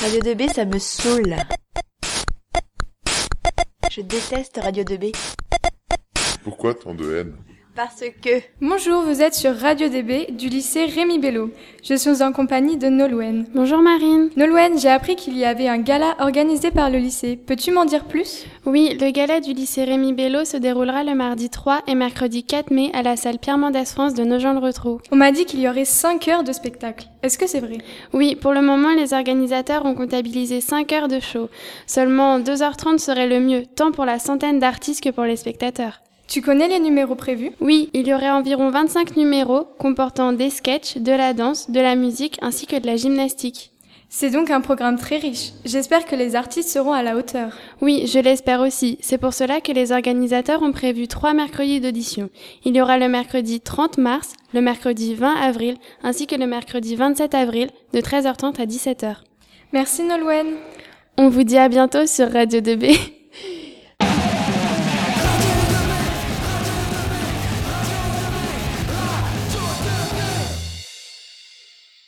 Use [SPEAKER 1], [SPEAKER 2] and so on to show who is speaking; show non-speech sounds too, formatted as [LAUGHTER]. [SPEAKER 1] Radio 2B, ça me saoule. Je déteste Radio 2B.
[SPEAKER 2] Pourquoi tant de haine
[SPEAKER 1] Parce que...
[SPEAKER 3] Bonjour, vous êtes sur Radio DB du lycée Rémi Bello. Je suis en compagnie de Nolwenn.
[SPEAKER 4] Bonjour Marine.
[SPEAKER 3] Nolwenn, j'ai appris qu'il y avait un gala organisé par le lycée. Peux-tu m'en dire plus
[SPEAKER 4] Oui, le gala du lycée Rémi Bello se déroulera le mardi 3 et mercredi 4 mai à la salle Pierre Mendès France de Nogent-le-Rotrou.
[SPEAKER 3] On m'a dit qu'il y aurait 5 heures de spectacle. Est-ce que c'est vrai
[SPEAKER 4] Oui, pour le moment, les organisateurs ont comptabilisé 5 heures de show. Seulement 2h30 serait le mieux, tant pour la centaine d'artistes que pour les spectateurs.
[SPEAKER 3] Tu connais les numéros prévus
[SPEAKER 4] Oui, il y aurait environ 25 numéros comportant des sketchs, de la danse, de la musique ainsi que de la gymnastique.
[SPEAKER 3] C'est donc un programme très riche. J'espère que les artistes seront à la hauteur.
[SPEAKER 4] Oui, je l'espère aussi. C'est pour cela que les organisateurs ont prévu trois mercredis d'audition. Il y aura le mercredi 30 mars, le mercredi 20 avril ainsi que le mercredi 27 avril de 13h30 à 17h.
[SPEAKER 3] Merci Nolwenn.
[SPEAKER 4] [LAUGHS] On vous dit à bientôt sur Radio 2B.